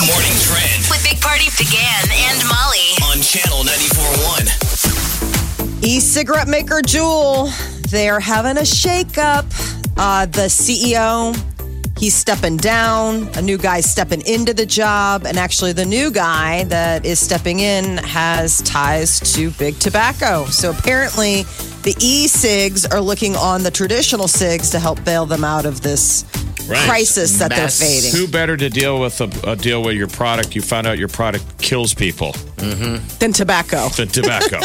morning trend With Big Party began and Molly. on channel 94.1. E-cigarette maker Juul, they're having a shakeup. Uh, the CEO, he's stepping down. A new guy's stepping into the job, and actually, the new guy that is stepping in has ties to big tobacco. So apparently, the e-cigs are looking on the traditional cigs to help bail them out of this Right. crisis that Mass- they're fading. Who better to deal with a, a deal with your product? You found out your product kills people Than tobacco. than tobacco.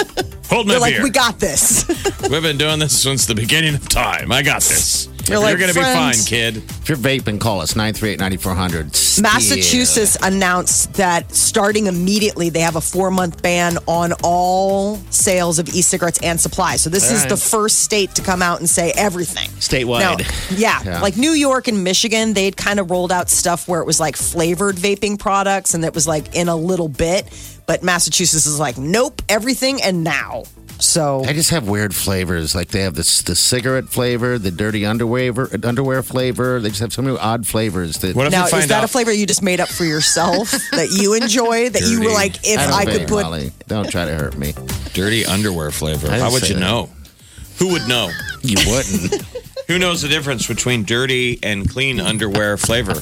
Hold my They're like, beer. we got this. We've been doing this since the beginning of time. I got this. You're You're like gonna friends. be fine, kid. If you're vaping, call us 938 9400. Massachusetts announced that starting immediately, they have a four month ban on all sales of e cigarettes and supplies. So, this is right. the first state to come out and say everything. Now, Statewide. yeah, Yeah. like New York and Michigan, they'd kind of rolled out stuff where it was like flavored vaping products and it was like in a little bit. But Massachusetts is like, nope, everything and now. So, I just have weird flavors. Like they have this the cigarette flavor, the dirty underwear underwear flavor. They just have so many odd flavors that What if now we is find that out? a flavor you just made up for yourself that you enjoy? That you were Dirty. like, if don't I vape, could put Molly. Don't try to hurt me. Dirty underwear flavor. I didn't How would say you that. know? Who would know? You wouldn't. Who knows the difference between dirty and clean underwear flavor?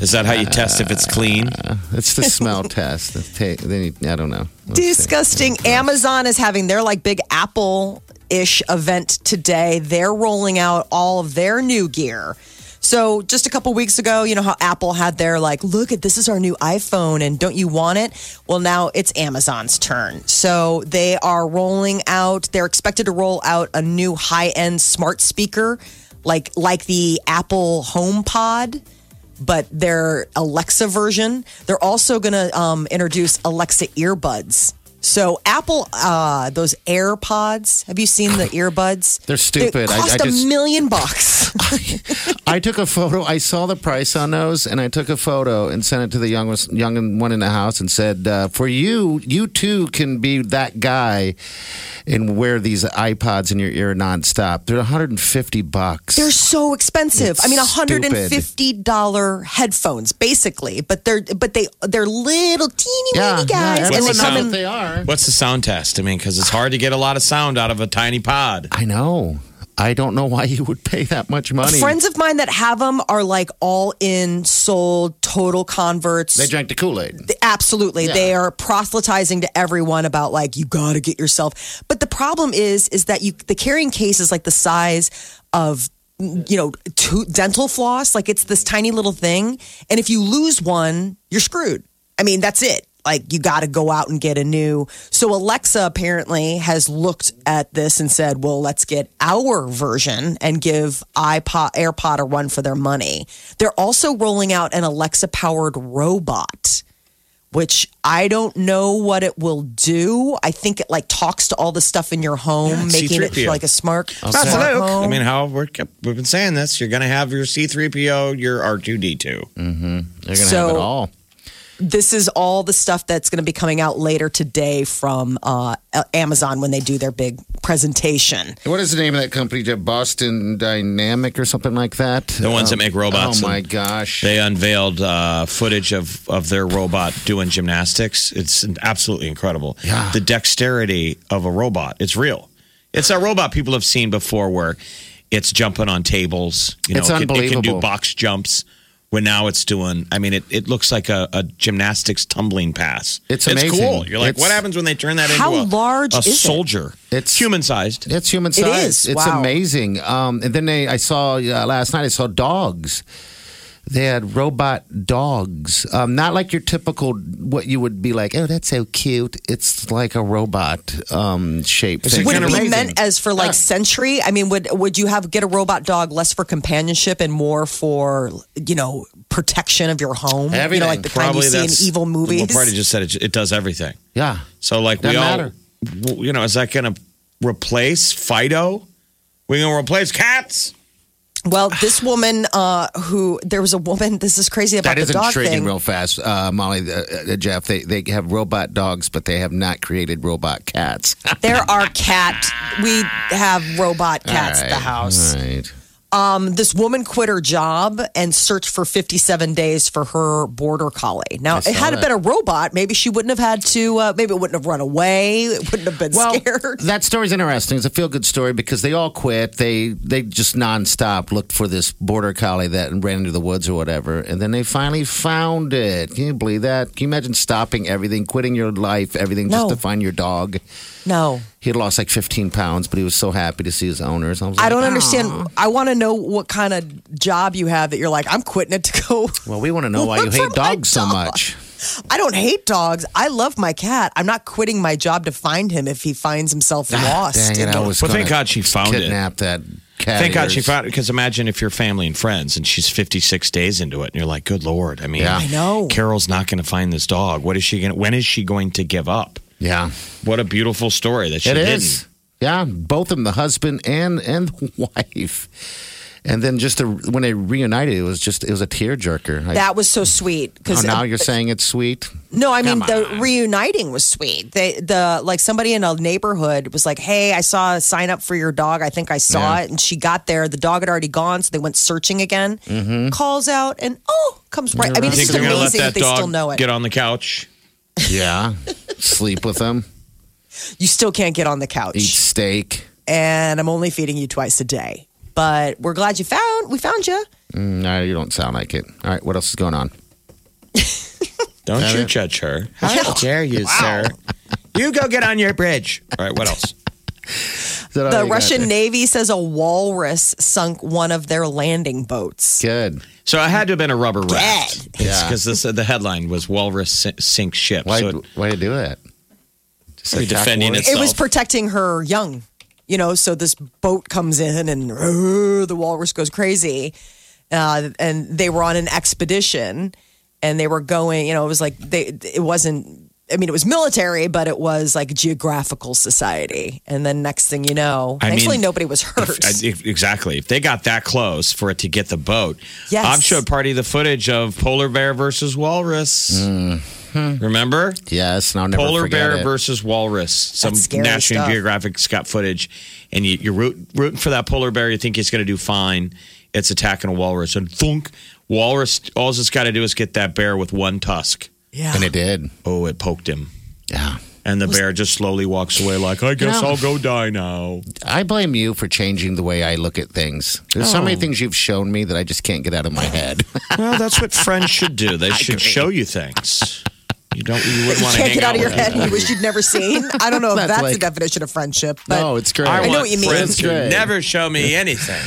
Is that how you test if it's clean? it's the smell test. The ta- then you- I don't know. We'll see. Disgusting. Amazon is having their like big Apple ish event today. They're rolling out all of their new gear. So just a couple weeks ago, you know how Apple had their like, look at this is our new iPhone and don't you want it? Well, now it's Amazon's turn. So they are rolling out, they're expected to roll out a new high-end smart speaker like like the Apple HomePod but their Alexa version. They're also going to um, introduce Alexa earbuds. So Apple, uh, those AirPods. Have you seen the earbuds? They're They stupid. I- cost I just- a million bucks. I took a photo. I saw the price on those, and I took a photo and sent it to the young young one in the house and said, uh, "For you, you too can be that guy and wear these iPods in your ear nonstop. They're 150 bucks. They're so expensive. It's I mean, stupid. hundred and fifty dollar headphones, basically. But they're but they they're little teeny yeah, weeny guys, yeah, and they everyone come knows in what they are. What's the sound test? I mean, because it's hard to get a lot of sound out of a tiny pod. I know. I don't know why you would pay that much money. Friends of mine that have them are like all in, sold, total converts. they drank the Kool Aid. absolutely Yeah. they are proselytizing to everyone about like you got to get yourself but the problem is is that you the carrying case is like the size of you know two, dental floss like it's this tiny little thing and if you lose one you're screwed i mean that's it like you got to go out and get a new so alexa apparently has looked at this and said well let's get our version and give ipod airpod a run for their money they're also rolling out an alexa powered robot which I don't know what it will do. I think it like talks to all the stuff in your home, Yeah, it's making it C-3PO. like a smart, That's smart Luke. home. I mean, how we're, we've been saying this. You're going to have your C3PO, your R2D2. They're gonna So- have it all. this is all the stuff that's going to be coming out later today from uh, Amazon when they do their big presentation. What is the name of that company? Jeff? Boston Dynamic or something like that? The ones that make robots Oh my and- gosh! They unveiled uh, footage of, of their robot doing gymnastics. It's absolutely incredible. Yeah. The dexterity of a robot. It's real. It's a robot people have seen before where it's jumping on tables. You know, It's it can- It can, do unbelievable. box jumps. Where now it's doing, I mean, it, it looks like a, a gymnastics tumbling pass. It's amazing. cool. You're like, It's- what happens when they turn that How into a, large a is it? soldier? It's- human sized. It's human size. is. It's Wow. amazing. Um, and then they, I saw uh, last night. I saw dogs They had robot dogs, um, not like your typical what you would be like. Oh, that's so cute. It's like a robot um, shape. It's thing. Would it Kinda be raising. meant as for like century? I mean, would would you have get a robot dog less for companionship and more for you know protection of your home? You know, like Everything. the kind you see in evil movies. Well, Party just said it, it does everything. yeah. So like we Doesn't all, matter. w- you know, is that going to replace Fido? We're going to replace cats. Well, this woman uh, who there was a woman. This is crazy about That is the dog intriguing thing. real fast, uh, Molly, uh, uh, Jeff. They they have robot dogs, but they have not created robot cats. There are cat. We have robot cats at the All right, house. all right. Um, this woman quit her job and searched for 57 days for her border collie. Now, I it had saw it that. been a robot, maybe she wouldn't have had to. Uh, maybe it wouldn't have run away. It wouldn't have been scared. That story's interesting. It's a feel good story because they all quit. They they just nonstop looked for this border collie that ran into the woods or whatever, and then they finally found it. Can you believe that? Can you imagine stopping everything, quitting your life, everything No. just to find your dog? No, He had lost like 15 pounds, but he was so happy to see his owners. I, was I like, "Oh." don't "Aw." understand. I want to know what kind of job you have that you're like, I'm quitting it to go. Well, we want to know why you Look for hate my dogs so dog. much. I don't hate dogs. I love my cat. I'm not quitting my job to find him if he finds himself lost. Ah, Dang in it, I the- was Well, thank gonna God she found it. kidnap that cat. Thank God she ears. found it. Because imagine if you're family and friends and she's 56 days into it and you're like, good Lord. I mean, Yeah. I know. Carol's not going to find this dog. What is she going to, when is she going to give up? Yeah. What a beautiful story that she It didn't. is. Yeah, both of them, the husband and and the wife. And then just the, when they reunited, it was just it was a tearjerker. I- That was so sweet oh, because now you're saying it's sweet. No, I mean the reuniting was sweet. They the like somebody in a neighborhood was like, "Hey, I saw a sign up for your dog. I think I saw Yeah. it." And she got there, the dog had already gone, so they went searching again. Calls out and oh, comes right. I mean, Mm-hmm. You it's think just they're going to let amazing that, that they still dog know it. get on the couch? Yeah, sleep with them, You still can't get on the couch, eat steak. and I'm only feeding you twice a day. But we're glad you found we found you. No, Mm, you don't sound like it. All right, what else is going on? Don't you judge her. How dare you, sir? You go get on your bridge. All right, what else? Is Oh, that all The you got Russian there? Navy says a walrus sunk one of their landing boats. Good. So I had to have been a rubber raft. Yeah. Because the headline was Walrus sin- sinks ship. Why so it- why do you do that? Just You're attack defending warriors? it. It was itself. protecting her young, you know. So this boat comes in, and "Rrr," the walrus goes crazy. Uh, and they were on an expedition, and they were going. You know, it was like they. It wasn't. I mean, it was military, but it was like geographical society. And then next thing you know, I thankfully mean, nobody was hurt. I- if- exactly. If they got that close for it to get the boat, Yes. I've showed party the footage of polar bear versus walrus. Remember? Yes, and I'll Mm-hmm. never Polar forget bear it. versus walrus. Some That's scary National stuff. Geographic's got footage, and you, you're root, rooting for that polar bear. You think he's going to do fine. It's attacking a walrus, and thunk, walrus. All it's got to do is get that bear with one tusk. yeah. and it did. Oh, it poked him, Yeah. and the bear just slowly walks away, like I guess Yeah. I'll go die now. I blame you for changing the way I look at things. There's so many things you've shown me that I just can't get out of my head. Well, that's what friends should do. They should show you things. You don't. You wouldn't want to Can't hang get out of your with head. people. and You wish you'd never seen. I don't know if that's, That's the like- definition of friendship. But no, it's great. I, know want what you mean. friends It's who great. never show me anything.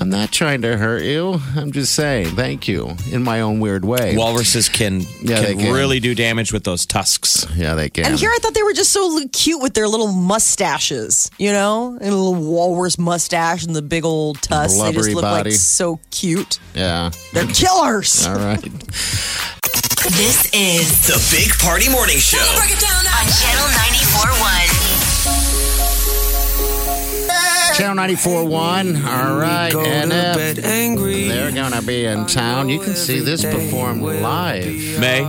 I'm not trying to hurt you. I'm just saying thank you in my own weird way. Walruses can Yeah, can, they can. really do damage with those tusks. yeah, they can. And here I thought they were just so l- cute with their little mustaches, you know, and a little walrus mustache and the big old tusk. They just Blubbery look like body. so cute. yeah. They're killers. All right. This is The Big Party Morning Show. on Channel 94.1. Channel 94.1. All right. And if angry. they're going to be in town. You can see this performed live. May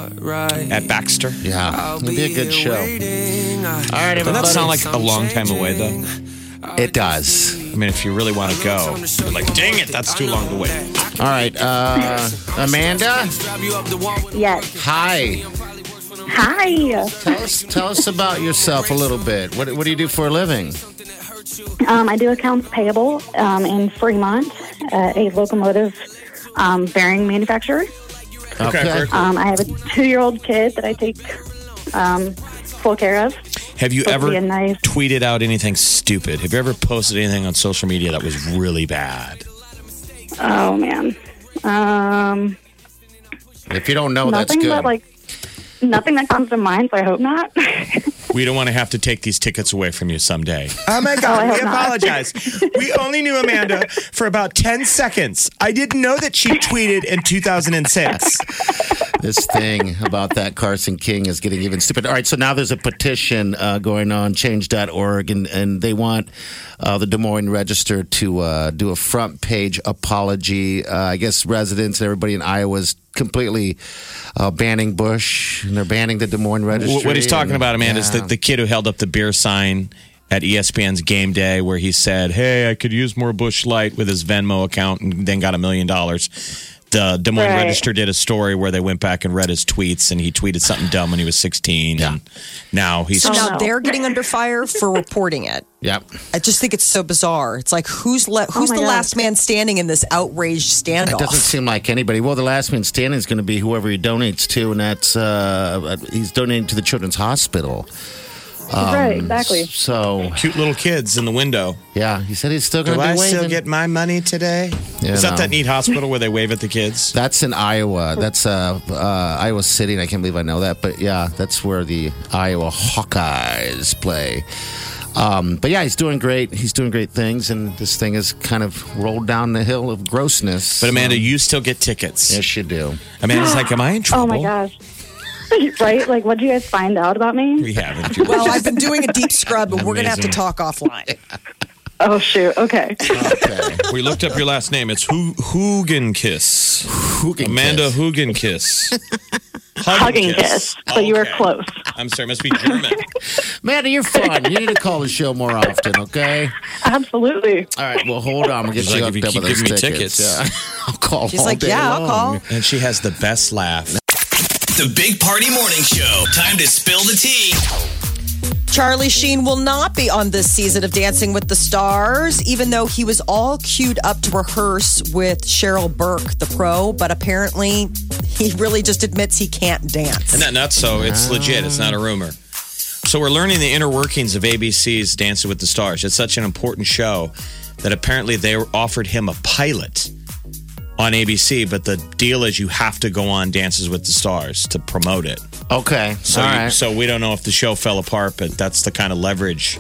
at Baxter. Yeah. It'll be a good show. All right, Doesn't that everybody. sound like a long time away though? it does. I mean, if you really want to go, you're like, dang it, that's too long to wait. All right. Uh, Amanda? Yes. Hi. Hi. Tell us, tell us about yourself a little bit. What, what do you do for a living? Um, I do accounts payable um, in Fremont, uh, a locomotive um, bearing manufacturer. Okay, very cool. Um, I have a two-year-old kid that I take um, full care of. Have you That'd ever be a nice- tweeted out anything stupid? Have you ever posted anything on social media that was really bad? Oh man. Um, If you don't know, that's nothing good. but like nothing that comes to mind. So I hope not. We don't want to have to take these tickets away from you someday. Oh my Oh, I God, we hope not. apologize. we only knew Amanda for about 10 seconds. I didn't know that she tweeted in 2006. this thing about that Carson King is getting even stupid. All right, so now there's a petition uh, going on, change.org, and, and they want uh, the Des Moines Register to uh, do a front page apology. Uh, I guess residents and everybody in Iowa's completely uh, banning Bush, and they're banning the Des Moines Register. What he's talking and- about, Amanda, is the, the kid who held up the beer sign at E ESPN's game day where he said, Hey, I could use more Bush Light with his Venmo account and then got a million dollars. The Des Moines Right. Register did a story where they went back and read his tweets, and he tweeted something dumb when he was 16. And now he's. So Oh, now no. they're getting under fire for reporting it. Yep. I just think it's so bizarre. It's like who's le- who's Oh my the God. last man standing in this outraged It doesn't standoff? seem like anybody. Well, the last man standing is going to be whoever he donates to, and that's uh, he's donating to the Children's Hospital. Um, right, exactly. So, Cute little kids in the window. yeah, he said he's still going Do to I be waving. still get my money today? You Is that know. that neat hospital where they wave at the kids? That's in Iowa. That's uh, uh, Iowa City, and I can't believe I know that. But yeah, that's where the Iowa Hawkeyes play. Um, but yeah, he's doing great. He's doing great things, and this thing has kind of rolled down the hill of grossness. But Amanda, you still get tickets. yes, you do. Amanda's like, am I in Oh trouble? my gosh. right? Like, what did you guys find out about me? We haven't. You- Well, I've been doing a deep scrub, and we're going to have to Amazing. talk offline. Oh, shoot. Okay. Okay, we looked up your last name. It's Hu- Hugenkiss. who can Amanda kiss? Hugenkiss. Hugging kiss. So you were Okay. close. I'm sorry, must be German. Amanda, you're fun. You need to call the show more often. Okay. Absolutely. All right. Well, hold on. We'll get She's you like, hooked if you up keep with those giving me tickets. tickets. Yeah. I'll call. She's all like, day yeah, I'll long. call. and she has the best laugh. The Big Party Morning Show. Time to spill the tea. Charlie Sheen will not be on this season of Dancing with the Stars, even though he was all queued up to rehearse with Cheryl Burke, the pro, but apparently he really just admits he can't dance. Isn't that nuts? So it's legit. It's not a rumor. So we're learning the inner workings of ABC's Dancing with the Stars. It's such an important show that apparently they were- offered him a pilot on ABC, but the deal is you have to go on Dances with the Stars to promote it. Okay. So, all you- right. so we don't know if the show fell apart, but that's the kind of leverage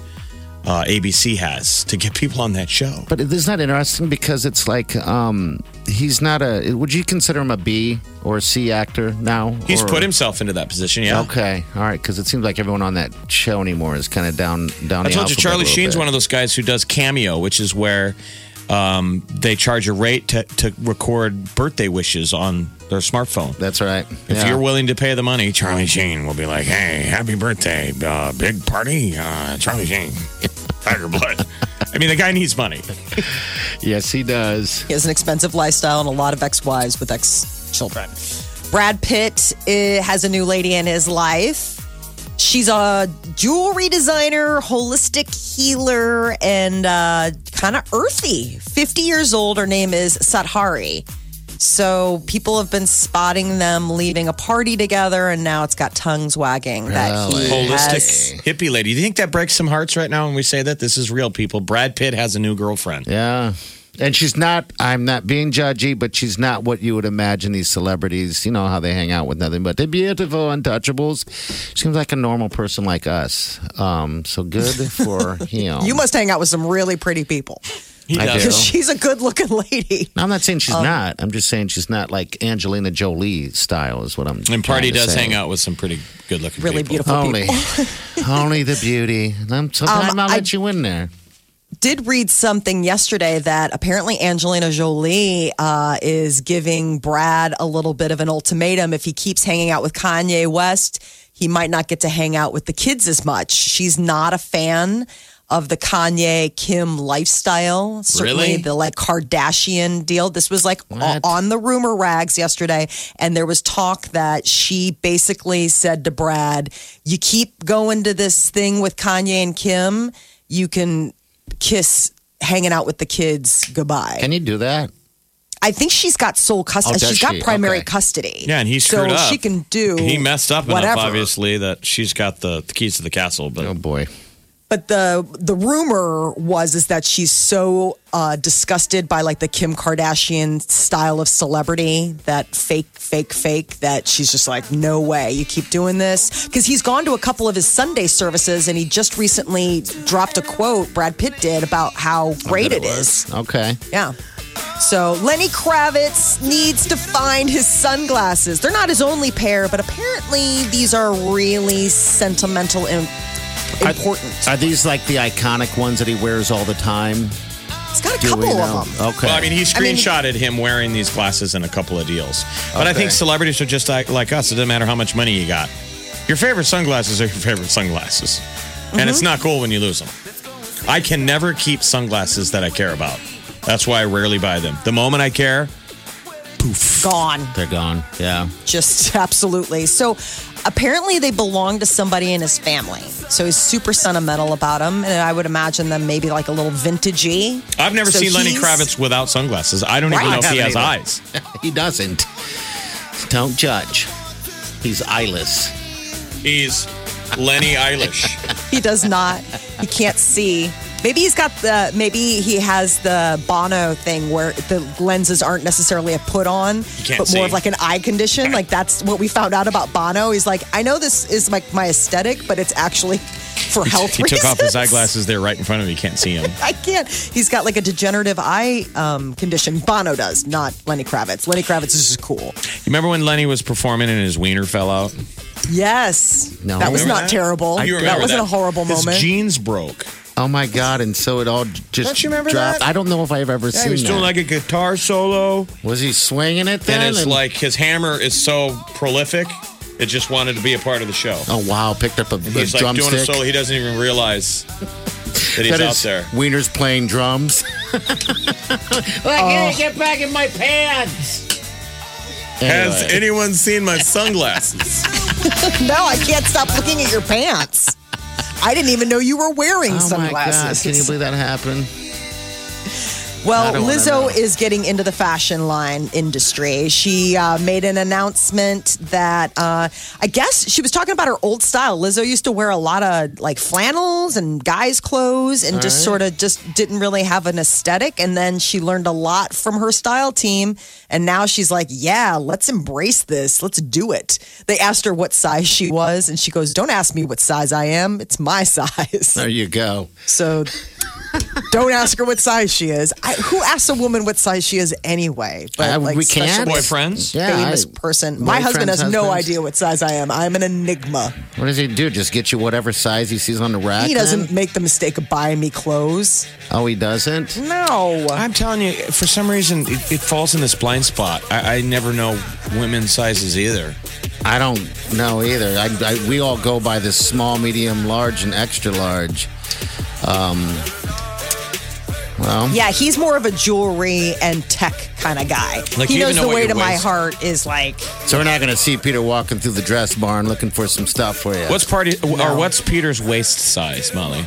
uh, ABC has to get people on that show. But isn't that interesting? Because it's like um, he's not a. Would you consider him a B or a C actor now? He's Or- put himself into that position, yeah. Okay, all right. Because it seems like everyone on that show anymore is kind of down down. I told you Charlie Sheen's one of those guys who does cameo, which is where um, they charge a rate to, to record birthday wishes on their smartphone. That's right. If Yeah. you're willing to pay the money, Charlie Sheen will be like, "Hey, happy birthday, uh, big party, uh, Charlie Sheen, Tiger Blood." I mean, the guy needs money. yes, he does. He has an expensive lifestyle and a lot of ex-wives with ex-children. Brad Pitt eh, has a new lady in his life. She's a jewelry designer, holistic healer, and uh, kind of earthy. 50 years old. Her name is Sathari. So people have been spotting them leaving a party together, and now it's got tongues wagging that he Really? has. Holistic hippie lady. Do you think that breaks some hearts right now when we say that? This is real, people. Brad Pitt has a new girlfriend. Yeah. And she's not, I'm not being judgy, but she's not what you would imagine these celebrities, you know, how they hang out with nothing but the beautiful untouchables. Seems like a normal person like us. Um, so good for him. You must hang out with some really pretty people. He I does. do. She's a good-looking lady. No, I'm not saying Um, she's not. I'm just saying she's not like Angelina Jolie style is what I'm. And Party trying to does say. hang out with some pretty good-looking, Really people. beautiful people. Only, only the beauty. And I'm, sometime I'll Um, I- let you in there. did read something yesterday that apparently Angelina Jolie uh, is giving Brad a little bit of an ultimatum. If he keeps hanging out with Kanye West, he might not get to hang out with the kids as much. She's not a fan of the Kanye Kim lifestyle. Certainly Really? the like Kardashian deal. This was like o- What? on the rumor rags yesterday. And there was talk that she basically said to Brad, You keep going to this thing with Kanye and Kim, you can kiss hanging out with the kids goodbye. Can you do that? I think she's got sole custody. Oh, does she's got she? primary Okay. custody. Yeah, and he screwed so up. she can do He messed up whatever. enough, obviously, that she's got the, the keys to the castle. But Oh boy. But the the rumor was is that she's so uh, disgusted by like the Kim Kardashian style of celebrity, that fake, fake, fake, that she's just like, no way, you keep doing this. Because he's gone to a couple of his Sunday services, and he just recently dropped a quote Brad Pitt did about how great it is. Okay. Yeah. So Lenny Kravitz needs to find his sunglasses. They're not his only pair, but apparently these are really sentimental and important. Are these like the iconic ones that he wears all the time? He's got a Do we couple know? of them. Okay. Well, I mean, he I mean- screenshotted him wearing these glasses in a couple of deals. But I Okay. think celebrities are just like, like us. It doesn't matter how much money you got. Your favorite sunglasses are your favorite sunglasses. And Mm-hmm. it's not cool when you lose them. I can never keep sunglasses that I care about. That's why I rarely buy them. The moment I care, Oh. Gone. They're gone. Yeah. Just absolutely. So apparently they belong to somebody in his family. So he's super sentimental about them. And I would imagine them maybe like a little vintagey. I've never So seen Lenny he's- Kravitz without sunglasses. I don't even Right. know if he has I haven't eyes. He doesn't. Don't judge. He's eyeless. He's Lenny Eilish. He does not. He can't see. Maybe he's got the. Maybe he has the Bono thing where the lenses aren't necessarily a put on, but can't more see. of like an eye condition. Like that's what we found out about Bono. He's like, I know this is like my aesthetic, but it's actually for health he took off reasons." his eyeglasses there right in front of me. You can't see him. I can't. He's got like a degenerative eye um, condition. Bono does, not Lenny Kravitz. Lenny Kravitz is just cool. You remember when Lenny was performing and his wiener fell out? Yes, No. that was Remember not that? terrible. You that remember wasn't a horrible His moment. jeans broke. Oh my God. And so it all j- just Don't you remember dropped. that? I don't know if I've ever Yeah, seen he was that. doing like a guitar solo, was he swinging it then? and it's like his hammer is so prolific, it just wanted to be a part of the show. oh wow, picked up a, a he's like doing a drumstick. solo, he doesn't even realize that he's That out is there. Wiener's playing drums. Oh. I can't get back in my pants. Has anyone seen my sunglasses? No, I can't stop looking at your pants. I didn't even know you were wearing oh my God, sunglasses. can you believe that happened? I well, don't wanna know. Lizzo is getting into the fashion line industry. She uh, made an announcement that uh, I guess she was talking about her old style. Lizzo used to wear a lot of like flannels and guys' clothes and just sort of just didn't really have an aesthetic. And then she learned a lot from her style team. And now she's like, yeah, let's embrace this. Let's do it. They asked her what size she was. And she goes, don't ask me what size I am. It's my size. There you go. So don't ask her what size she is. I, who asks a woman what size she is anyway? Uh, we special can't. Boyfriends? Yeah, famous I- person. My husband has boyfriend's no husbands. idea what size I am. I'm an enigma. What does he do? Just get you whatever size he sees on the rack. He then? doesn't make the mistake of buying me clothes. Oh, he doesn't. No. I'm telling you, for some reason, it, it falls in this blind spot. I, I never know women's sizes either. I don't know either. I, I, we all go by this small, medium, large, and extra large. Um, well, Yeah, he's more of a jewelry and tech kind of guy. Like, he you knows even know the what way your to my waist- heart is like so we're not going to see Peter walking through the dress barn looking for some stuff for you. What's party or what's Peter's waist size, Molly?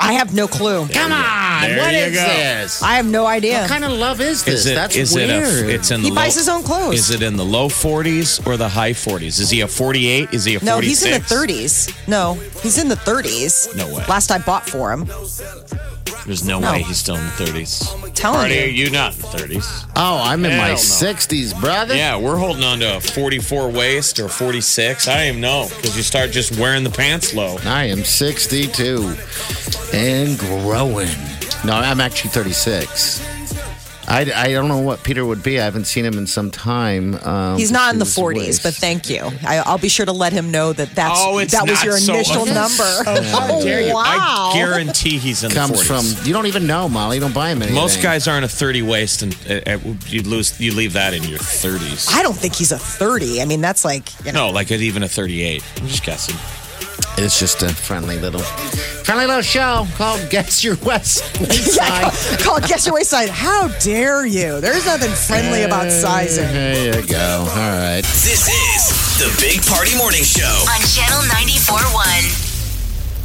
I have no clue. Come on, There what you is go. this? I have no idea. What kind of love is this? That's is weird. it a, it's in He the buys low- his own clothes. Is it in the low 40s or the high 40s? Is he a 48? Is he a 46? No, he's in the 30s. No, he's in the 30s. No way. Last I bought for him. There's no, No. way he's still in the 30s. Telling Party, you. are you not in the 30s? oh, I'm in Hell my no. 60s, brother. Yeah, we're holding on to a 44 waist or 46. I don't even know because you start just wearing the pants low. I am 62 and growing. No, I'm actually 36. I, I don't know what Peter would be. I haven't seen him in some time. Um, He's not in the his 40s, waist. but thank you. I, I'll be sure to let him know that that's Oh, it's that was not your so initial offensive. number. Oh, wow! I guarantee he's in the comes 40s. from. You don't even know, Molly. You don't buy him anything. Most guys aren't a 30 waist, and uh, uh, you lose you leave that in your 30s. I don't think he's a 30. I mean, that's like you know, no, like even a 38. I'm just guessing. It's just a friendly little, friendly little show called "Guess Your West." yeah, call it guess your waist size. How dare you? There's nothing friendly about sizing. There you go. All right. This is the Big Party Morning Show. on Channel 94.1.